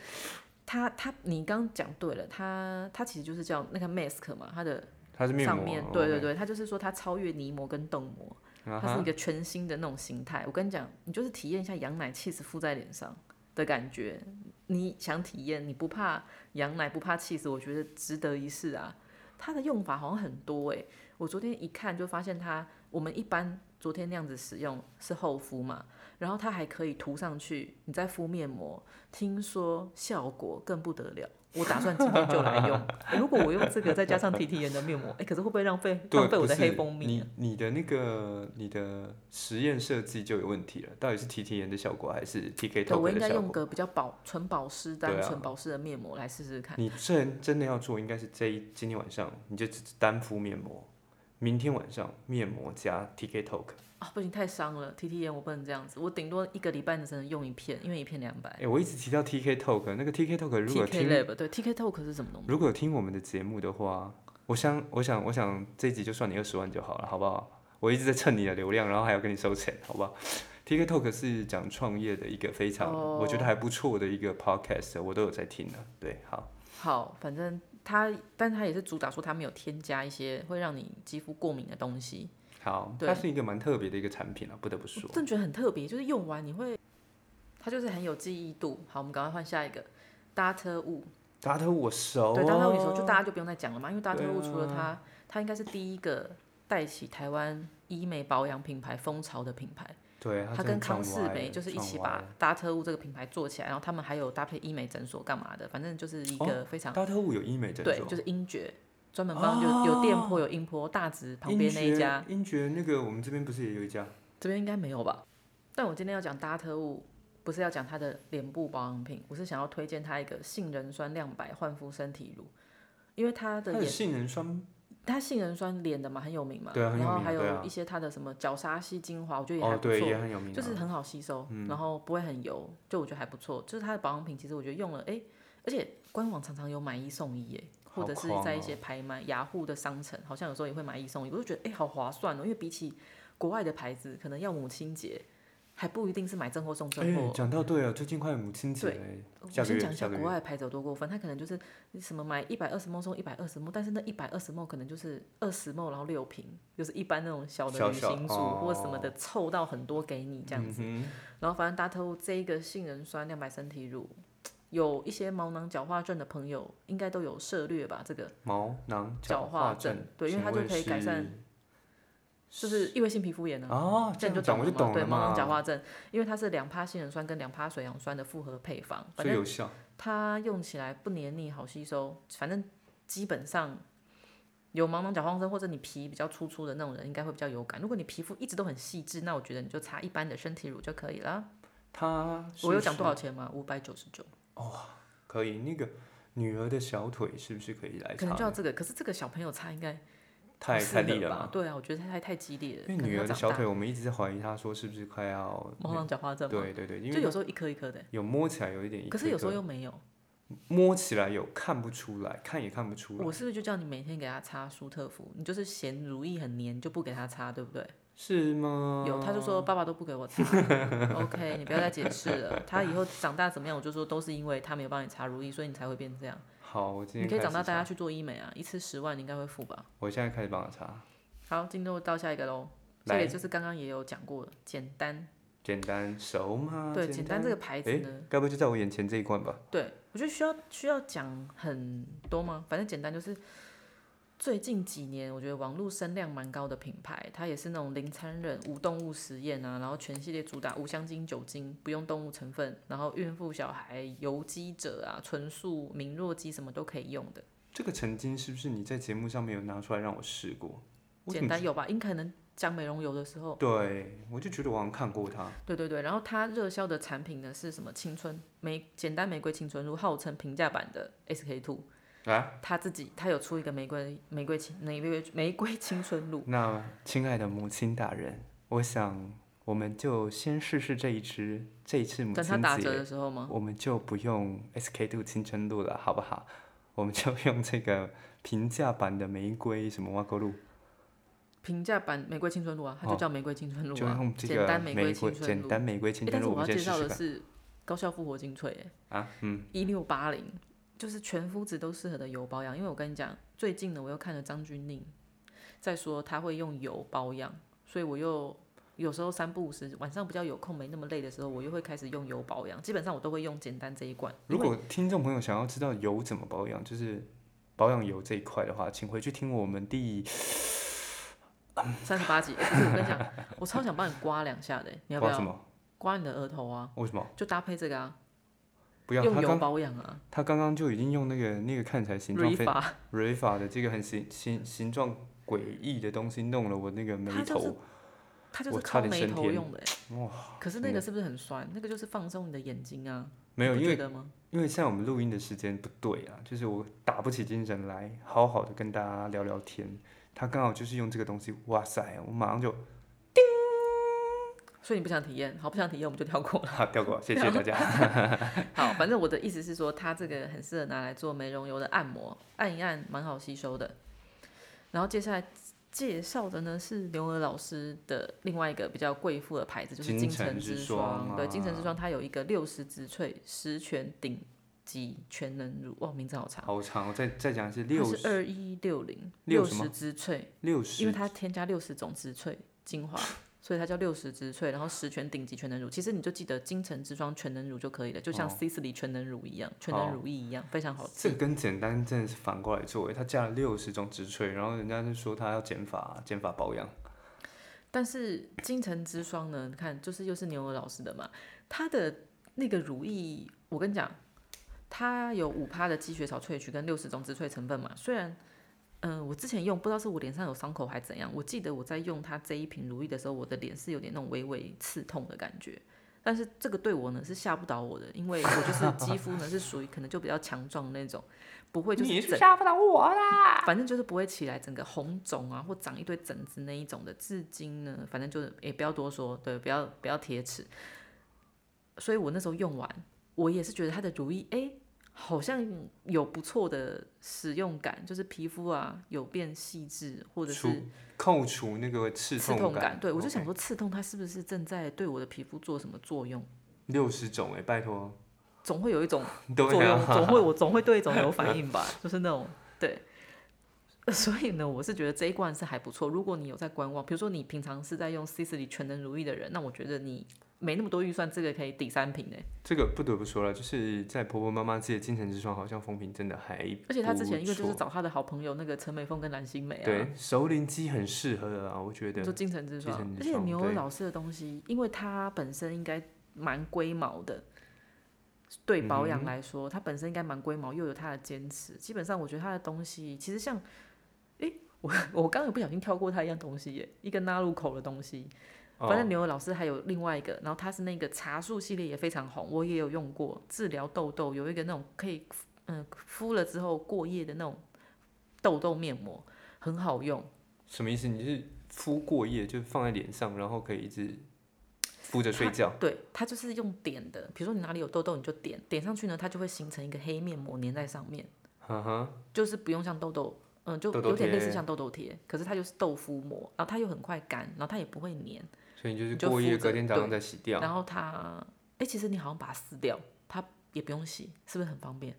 它它你刚讲对了，它它其实就是叫那个 mask 嘛，它的它是面上膜，面哦对对，对，它就是说它超越泥膜跟冻膜，啊它是一哈，个全新的那种形态。我跟你讲，你就是体验一下羊奶气死敷在脸上的感觉，你想体验，你不怕羊奶不怕气死，我觉得值得一试啊。它的用法好像很多诶、我昨天一看就发现它，我们一般昨天那样子使用是厚敷嘛，然后它还可以涂上去，你再敷面膜，听说效果更不得了。我打算今天就来用。诶如果我用这个，再加上 T T 人的面膜，哎、可是会不会浪费对，浪费不我的是黑蜂蜜啊？你你的那个你的实验设计就有问题了，到底是 TT 炎的效果还是 TK 对，我 Talk 应的该效用果？个比较保纯保湿、对单啊纯保湿的面膜来试试看。你真真的要做，应该是这一今天晚上你就只单敷面膜，明天晚上面膜加 TK Talk。啊，不行，太伤了，T T 眼我不能这样子，我顶多一个礼拜只能用一片，因为一片两百。哎，我一直提到 TK Talk，那个 TK Talk 如 T 果 K 听 Lab 对 T K Talk 是什么东西？如果有听我们的节目的话，我想，我想，我想这一集就算你二十万就好了，好不好？我一直在蹭你的流量，然后还要跟你收钱，好吧？TK Talk 是讲创业的一个非常哦我觉得还不错的一个 podcast，我都有在听的。对，好，好，反正它，但它也是主打说它没有添加一些会让你肌肤过敏的东西，好，对它是一个蛮特别的一个产品啊，不得不说我。真的觉得很特别，就是用完你会，它就是很有记忆度。好，我们赶快换下一个。达特雾，达特我熟、啊，对达特雾，你说就大家就不用再讲了嘛，因为达特雾对啊除了它，它应该是第一个带起台湾医美保养品牌风潮的品牌。对，他真的跟康赚世歪美了就是一赚起歪把了达特务这个品牌做起来，然后他们还有搭配医美诊所干嘛的，反正就是一个非常、达特物有哦医美诊对，所，哦就是英爵专门帮有、有店铺有音波大直旁边那一家，英爵，英爵那个我们这边不是也有一家？这边应该没有吧？但我今天要讲达特务，不是要讲它的脸部保养品，我是想要推荐它一个杏仁酸亮白焕肤身体乳，因为它的它有眼杏仁酸它杏仁酸脸的嘛很有名嘛，对啊很有然后名啊还对啊有一些它的什么角鲨烯精华，我觉得也还哦，不对，错，也很有名、啊，就是很好吸收，然后不会很油，就我觉得还不错。就是它的保养品，其实我觉得用了，哎，而且官网常常有买一送一，哎，好或者是狂在哦一些拍卖、雅虎的商城，好像有时候也会买一送一，我就觉得哎，好划算哦，因为比起国外的牌子，可能要母亲节。还不一定是买正货送哎、正货。讲到对了，最近快母亲节了耶，嗯哦我下个先月讲一下下个国月外的牌子有多过分，它可能就是什么买一百二十 ml 送一百二十 ml，但是那一百二十 ml 可能就是二十 ml，然后六瓶，就是一般那种小的小旅小行组哦或什么的凑到很多给你这样子。嗯然后反正大家都这一个杏仁酸亮白身体乳，有一些毛囊角化症的朋友应该都有涉略吧？这个哼、毛囊角化化症对因为它就可以改善就是异位性皮肤炎啊。哦，这这样样就讲我了就嘛懂对了毛囊角嘛，化症，因为它是两趴杏仁酸跟两趴水杨酸的复合配方，反所以正有效。它用起来不黏腻，好吸收，反正基本上有毛囊角化症或者你皮比较粗粗的那种人，应该会比较有感。如果你皮肤一直都很细致，那我觉得你就擦一般的身体乳就可以了。它是我有不讲嗯是多少钱吗？五百九十九，可以，那个女儿的小腿是不是可以来可擦能呢？就要这个。可是这个小朋友擦应该太不适太力合了吧嘛？？对啊，我觉得太太激烈了。因为可能女要儿的长小大腿，我们一直在怀疑她说是不是快要毛囊角化症嘛，对对对，因就有为时候一颗一颗的，有摸起来有一点一颗一颗，可是有时候又没有。摸起来有看不出来，看也看不出来，我是不是就叫你每天给他擦舒特芙？你就是嫌如意很黏，就不给他擦，对不对？是吗？有，他就哦说爸爸都不给我擦。OK，你不要 再解释了。他以后长大怎么样，我就说都是因为他没有帮你擦如意，所以你才会变这样。好，我今你天可以开长始大带查他去做医美啊，一次十万，你应该会付吧？我现在开始帮她擦，好，进入到下一个喽。这来个就是刚刚也有讲过的，简单。简单熟吗？对，啊简简单这个牌子诶呢，该不会就在我眼前这一罐吧？对我觉得需要需要讲很多吗？反正简单就是。最近几年，我觉得网络声量蛮高的品牌，它也是那种零残忍、无动物实验啊，然后全系列主打无香精、酒精，不用动物成分，然后孕妇、小孩、游击者啊、纯素、明弱鸡什么都可以用的。这个曾经是不是你在节目上面有拿出来让我试过？我怎简么单有吧？应该可能讲美容油的时候，对，我就觉得我好像看过它。对对对，然后它热销的产品呢是什么？青春玫简单玫瑰青春露，号称平价版的 SK two。啊，他自己他有出一个玫瑰玫瑰青玫瑰玫瑰青春 露，那亲爱的母亲大人，我想我们就先试试这一支，这一次母等他亲打折节，的时候吗？我们就不用 SK two 青春露了，好不好？ 我们就用这个平价版的玫瑰什么挖沟露，平价版玫瑰青春露啊，它就叫玫瑰青春露哦就啊，用这简个单玫玫瑰瑰青春简露。单玫瑰诶青春但是露，我要们先介试绍试的看是高效复活精粹、欸，啊，嗯，一六八零，就是全肤质都适合的油保养。因为我跟你讲，最近呢，我又看了张钧甯在说他会用油保养，所以我又有时候三不五时，晚上比较有空没那么累的时候，我又会开始用油保养。基本上我都会用简单这一罐，如果听众朋友想要知道油怎么保养，就是保养油这一块的话，请回去听我们第三十八集。欸不 是我跟你讲，我超想帮你刮两下的欸、你要不刮什要？么？刮你的额头啊，为什么？就搭配这个啊，不要，用他油刚保养啊，他刚刚就已经用那个那个看起来形状理非发。瑞法的这个很形形形状诡异的东西弄了我那个眉它就头，是它就我是差靠点眉升头天用的、欸，可是那个是不是很酸？那个就是放松你的眼睛啊，没有，你因不觉为得吗？因为像我们录音的时间不对啊，就是我打不起精神来，好好的跟大家聊聊天。他刚好就是用这个东西，哇塞，我马上就 所以你不想体验，好，不想体验我们就跳过了。哈啊掉过，谢谢大家。好，反正我的意思是说，它这个很适合拿来做美容油的按摩，按一按蛮好吸收的。然后接下来介绍的呢是刘娥老师的另外一个比较贵妇的牌子，就是金金城城之之霜对，金城啊之霜它有一个六十植萃十全顶级全能乳，哇，名字好长，好长，我再再讲一次，它六是十二一六零六六什么十植萃。六因为十，它添加六十种植萃精华，所以它叫六十植萃，然后十全顶级全能乳。其实你就记得金城之霜全能乳就可以了，就像哦 C 四里全能乳一样，全能乳液一样，非常好这记。跟简单真的是反过来做欸诶，他加了六十种植萃，然后人家就说他要减法，减法保养，但是金城之霜呢，你看就是又是牛儿老师的嘛，它的那个乳液，我跟你讲，它有五趴的积雪草萃取跟六十种植萃成分嘛，虽然。嗯，我之前用不知道是我脸上有伤口还怎样，我记得我在用它这一瓶乳液的时候，我的脸是有点那种微微刺痛的感觉。但是这个对我呢是吓不倒我的，因为我就是肌肤呢是属于可能就比较强壮的那种，不会就是整吓不到我啦！反正就是不会起来整个红肿啊，或长一堆疹子那一种的。至今呢，反正就是也不要多说，对，不要不要铁齿。所以我那时候用完，我也是觉得它的乳液，哎、好像有不错的使用感，就是皮肤啊有变细致，或者除是扣除那个刺刺痛哦感。对我就 OK 想说，刺痛它是不是正在对我的皮肤做什么作用？六十种哎、拜托，总会有一种作对用，啊，总会我总会对一种有反应吧，就是那种对。所以呢，我是觉得这一罐是还不错。如果你有在观望，比如说你平常是在用 C 四里全能如意的人，那我觉得你没那么多预算，这个可以抵三瓶的。 欸这个不得不说了，就是在婆婆妈妈界，精神之窗好像风评真的还不错，而且他之前一个就是找他的好朋友那个陈美凤跟蓝心湄啊，对熟龄肌很适合啊，我觉你得说精神之精窗，神而之且窗牛对老师的东西，因为它本身应该蛮龟毛的，对保嗯养来说，它本身应该蛮龟毛，又有它的坚持。基本上，我觉得它的东西其实像，诶，我我刚刚有不小心跳过它一样东西耶，一个纳入口的东西。哦反正牛油老师还有另外一个，然后它是那个茶树系列也非常红，我也有用过，治疗痘痘有一个那种可以嗯敷了之后过夜的那种痘痘面膜，很好用。什么意思？你是敷过夜，就放在脸上，然后可以一直敷着睡 觉，对，它就是用点的，比如说你哪里有痘痘，你就点点上去呢，它就会形成一个黑面膜粘在上面，哈哈，就是不用像痘痘，嗯，就痘痘有点类似贴像痘痘贴，可是它就是豆肤膜，然后它又很快干，然后它也不会粘，所以你就是你就过夜，敷着隔天早上再洗掉。然后它，哎，其实你好像把它撕掉，它也不用洗，是不是很方便？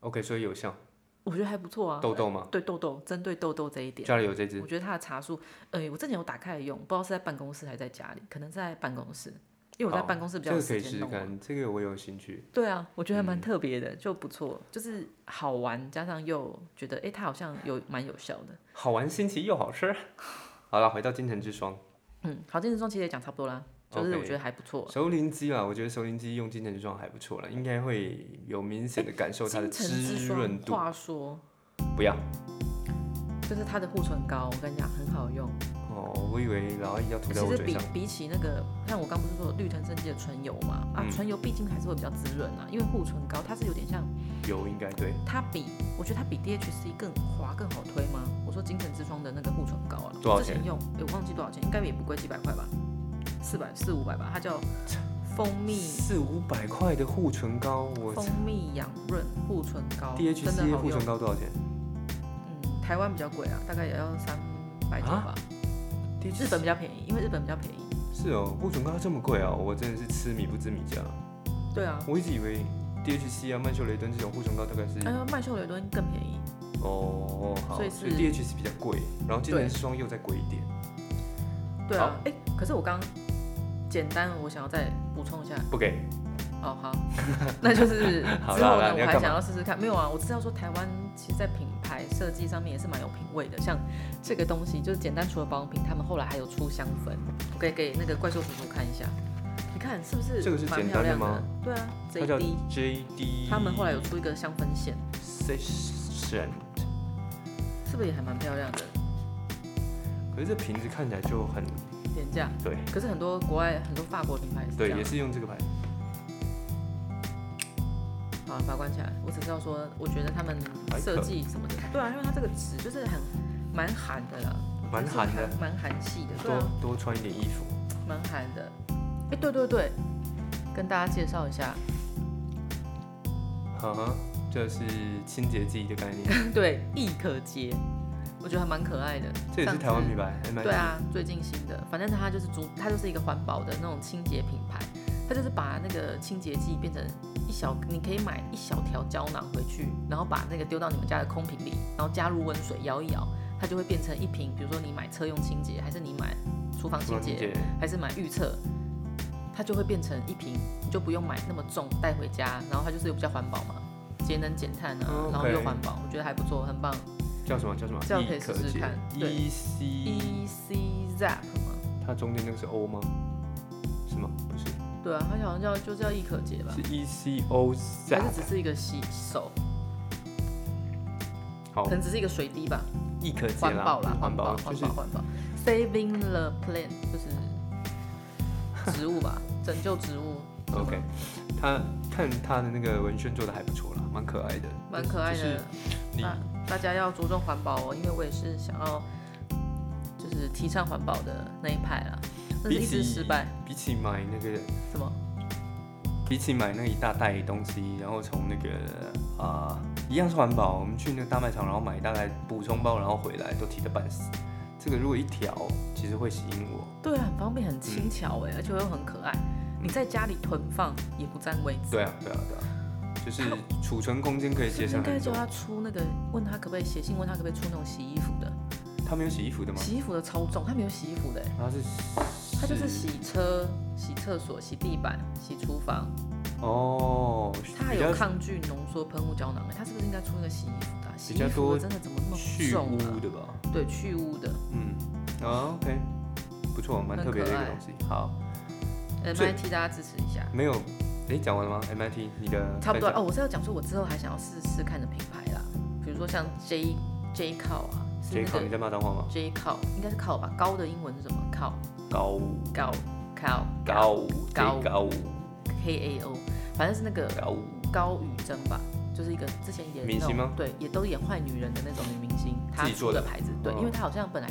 OK，所以有效，我觉得还不错啊。痘痘吗？对痘痘，针对痘痘这一点，家里有这支，我觉得它的茶树，呃，我之前有打开来用，不知道是在办公室还是在家里，可能在办公室，因为我在好办公室比哦较这有个可以时试间试弄啊嘛。看，这个我有兴趣。对啊，我觉得还嗯蛮特别的，就不错，就是好玩，加上又觉得，哎、它好像有蛮有效的。好玩、新奇又 好吃。好了，回到金城之霜，嗯，好，健身中其实也讲差不多啦， 就是我 OK 觉得还不错。熟龄肌啦，我觉得熟龄肌用金城之霜还不错了，应该会有明显的感受它的金城之滋润霜，度。话说不要就是它的护唇膏，我跟你讲很好用。哦，我以为老阿姨要涂在其我实嘴比上。比起那个，像我刚不是说绿藤生机的唇油嘛，啊嗯，唇油毕竟还是会比较滋润啊，因为护唇膏它是有点像，有应该对，它比我觉得它比 DHC 更滑更好推吗？我说金城之霜的那个护唇膏啊，多少之前用，哎我忘记多少钱，应该也不贵，几百块吧，四百四五百吧，它叫蜂蜜四五百块的护唇膏，我蜂蜜养润护唇膏，真的 DHC 好护用唇。膏多少钱嗯，台湾比较贵啊，大概也要三百九吧啊。日本比较便宜，因为日本比较便宜。是哦，护唇膏这么贵啊、我真的是吃米不知米价。对啊，我一直以为 DHC 啊、曼秀雷敦这种护唇膏大概是、哎呀，麦秀雷敦更便宜。哦，好，所以是 DHC 比较贵，然后今年霜又再贵一点。对啊，哎、可是我刚简单，我想要再补充一下。不给，哦， 好，那就是好啦之后好啦呢，我你要还干想要试试看。没有啊，我知道说台湾其实在品牌设计上面也是蛮有品味的，像这个东西就是简单除了保养品，他们后来还有出香氛，我可以给那个怪兽叔叔看一下，你看是不是这个是蛮简漂亮单的吗对啊它叫，JD， JD。他们后来有出一个香氛线， Session，是不是也还蛮漂亮的？可是这瓶子看起来就很廉价，对可是很多国外很多法国品牌也是这对，样也。是用这个牌。好，把它关起来。我只知道说，我觉得他们设计什么的，对啊，因为它这个纸就是很蛮寒的啦，蛮寒的就是蛮寒系的，对多啊，多穿一点衣服。蛮寒的。哎、对对对，跟大家介绍一下， 哈哈，这是清洁剂的概念，对，易可洁，我觉得还蛮可爱的。这也是上台湾次品牌 M I 对啊，最近新的，反正它就是主，它就是一个环保的那种清洁品牌，它就是把那个清洁剂变成一小，你可以买一小条胶囊回去，然后把那个丢到你们家的空瓶里，然后加入温水摇一摇，它就会变成一瓶，比如说你买车用清洁，还是你买厨房清洁，还是买预测，它就会变成一瓶，你就不用买那么重带回家，然后它就是比较环保嘛，节能减碳啊，然后又 OK 环保，我觉得还不错，很棒。叫什么叫什么？这样可以易可试试洁看对 E C， E C Zap 吗？它中间那个是 O 吗？是吗？不是，对啊，它好像叫就叫易可洁吧，是 E C O Z 还。是啊只是一个洗手，好可，能只是一个水滴吧，易可洁环保哦啦，环环保，就环是保，环保，saving the plant 就是植物吧， 拯救植物。是吗 OK。它看它的那个文宣做的还不错啦，蛮可爱的，蛮可爱就是的。啊你那大家要着重环保哦，因为我也是想要就是提倡环保的那一派啦，但是比一直起失败。比起买那个什么？比起买那一大袋东西，然后从那个啊、一样是环保，我们去那个大卖场，然后买大概补充包，然后回来都提得半死。这个如果一条，其实会吸引我。对啊，很方便，很轻巧哎，而且又很可爱。你在家里囤放也不占位置。对啊，对啊，对啊，就是储存空间可以节应省该很叫多。他出那个，问他可不可以写信，问他可不可以出那种洗衣服的，他们有洗衣服的吗？洗衣服的超重，他没有洗衣服的欸，然后是，他就是洗车、洗厕所、洗地板、洗厨房，哦，他还比较有抗菌浓缩喷雾胶囊欸，他是不是应该出那个洗衣服的啊？洗较衣服多的真的怎么那么去重污啊？的吧？对，去污的嗯，啊，OK，不错，蛮很特别的一可个爱东西。好，最，MIT 大家支持一下。没有，诶，讲完了吗？MIT 你的差不多分享哦，我是要讲说，我之后还想要试试看的品牌啦，比如说像 J J 靠啊，是谁那考你个在骂脏话吗？ J 靠，应该是靠吧？高的英文是什么？靠高高靠高高高 K A O，反正是那个高，高宇珍吧，就是一个之前演明星那种吗对，也都演坏女人的那种女明星，她自己出做的的牌子，对，哦因为她好像本来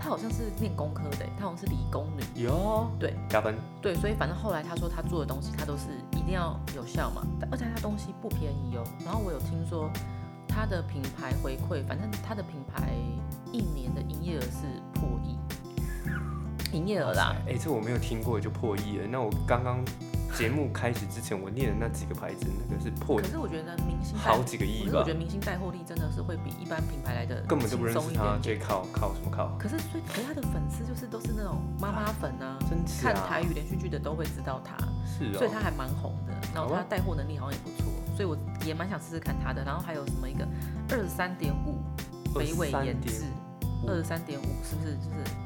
她好像是念工科的，欸她好像是理工女，哟，对加分，对，所以反正后来她说她做的东西，她都是一定要有效嘛，但而且她东西不便宜哦。然后我有听说她的品牌回馈，反正她的品牌一年的营业额是破亿，营业额啦，哎，这我没有听过就破亿了。那我刚刚节目开始之前，我念的那几个牌子，那个是破可是我觉得明星带好几个亿可是我吧觉得，明星带货力真的是会比一般品牌来的根本就不认轻松识一点他点。 ，J 靠靠什么靠？可是所以，可是他的粉丝就是都是那种妈妈粉啊，真假？看台语连续剧的都会知道他，是所以他哦，还蛮红的。然后好他啊带货能力好像也不错，所以我也蛮想试试看他的。然后还有什么一个二三点五北纬研制，二三点五是不是就是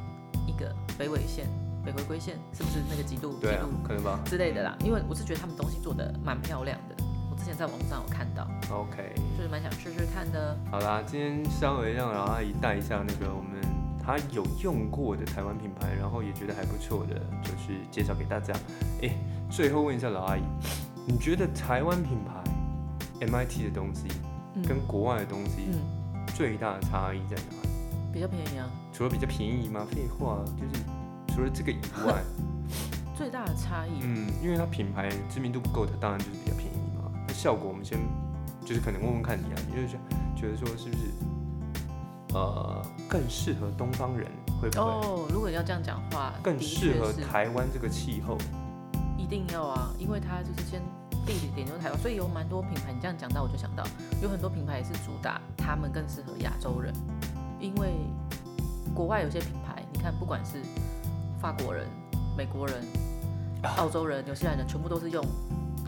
一个北纬线、北回归线是不是那个几度几对啊度，可能吧。之类的啦？因为我是觉得他们东西做的蛮漂亮的，我之前在网上有看到， OK，就是蛮想试试看的。好啦，今天稍微让老阿姨带一下那个我们她有用过的台湾品牌，然后也觉得还不错的，就是介绍给大家。诶，最后问一下老阿姨，你觉得台湾品牌 MIT 的东西嗯跟国外的东西嗯，最大的差异在哪里？比较便宜啊。除了比较便宜吗？废话，就是除了这个以外，最大的差异，嗯，因为它品牌知名度不够，它当然就是比较便宜嘛。那效果我们先就是可能问问看你啊，你就是觉得说是不是呃更适合东方人，会不会、哦，如果要这样讲话，更的适确合是台湾这个气候？一定要啊，因为它就是先地理点就是台湾，所以有蛮多品牌。你这样讲到，我就想到有很多品牌也是主打他们更适合亚洲人，因为国外有些品牌，你看不管是法国人、美国人、啊澳洲人、纽西兰人，全部都是用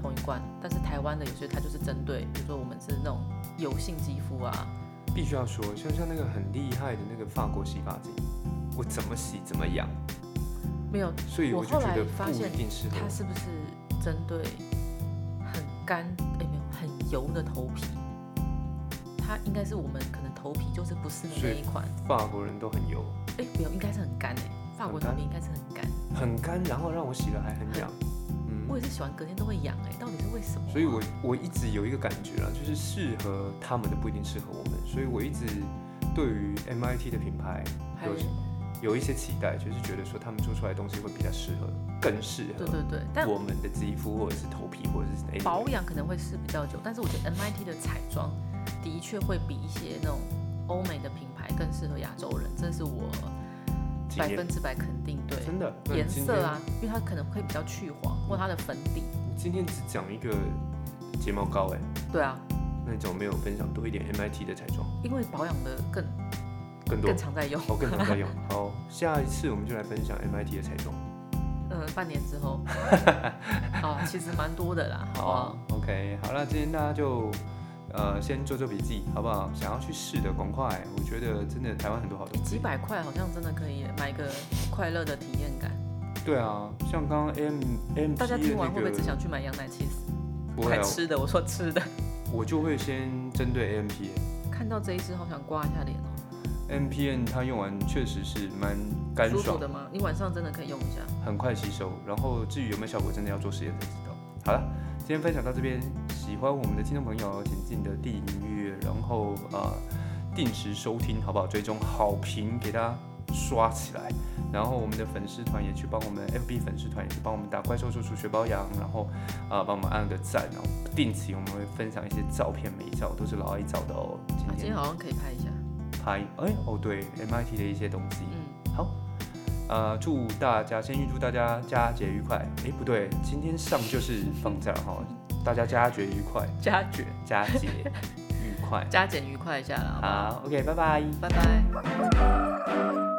同一罐，但是台湾的有些它就是针对，比如说我们是那种油性肌肤啊，必须要说，像像那个很厉害的那个法国洗发精，我怎么洗怎么痒，没有所以我我就后觉来得发不一现定适合它。是不是针对很干哎、没有很油的头皮？它应该是我们可能头皮就是不适的那一款，法国人都很油，哎、没有，应该是很干哎、法国很头干皮应该是很干，很干，然后让我洗了还很痒。嗯，我也是喜欢隔天都会痒哎、到底是为什么啊、所以我我一直有一个感觉啊，就是适合他们的不一定适合我们，所以我一直对于 MIT 的品牌还有有有一些期待，就是觉得说他们做出来的东西会比较适合，更适对合对对，但我们的肌肤或者是头皮或者是 anyway 保养可能会试比较久，但是我觉得 MIT 的彩妆的确会比一些那种欧美的品牌更适合亚洲人，这是我经百验分之百肯定对。真的。那你颜今色啊，因为它可能会比较去黄，或它的粉底。天，你今天只讲一个睫毛膏哎、对啊，那你怎么没有分享多一点 MIT 的彩妆？因为保养的更更多更，常在用， 我、哦、更常在用。好，下一次我们就来分享 MIT 的彩妆。嗯，半年之 后，啊，其实蛮多的啦，哦好啊不好？ o k 啊好了，今天大家就呃先做做笔记，好不好？想要去试的，赶快！我觉得真的台湾很多好诶东几西。百块好像真的可以买个快乐的体验感。对啊，像刚刚 M M 嗯大家听完会不会只那想去买羊奶 cheese？个，不会还啊，吃的，我说吃的。 我就会先针对 M P 看到这一支，好想刮一下脸哦， N，M P N 它用完确实是蛮干舒服爽，的吗？你晚上真的可以用一下。很快吸收。然后至于有没有效果，真的要做实验才知道。好了，今天分享到这边，喜欢我们的听众朋友，请记得订阅，然后呃定时收听，好不好？追踪好评给大家。刷起来。然后我们的粉丝团也去帮我们 FB 粉丝团也去帮我们打怪兽叔叔雪包羊，然后啊、呃帮我们按个赞，然后定期我们会分享一些照片，美照都是老 A 照的哦。啊，今今天天好像可以拍一下。拍哎、哦对 MIT 的一些东西，嗯，好，呃，祝大家先预祝大家佳节愉快。诶，不对，今天上就是放假哈，大家佳节愉快，加卷佳节愉快。 加减愉快一下啦，好不好？好，OK，拜拜。拜拜。拜拜。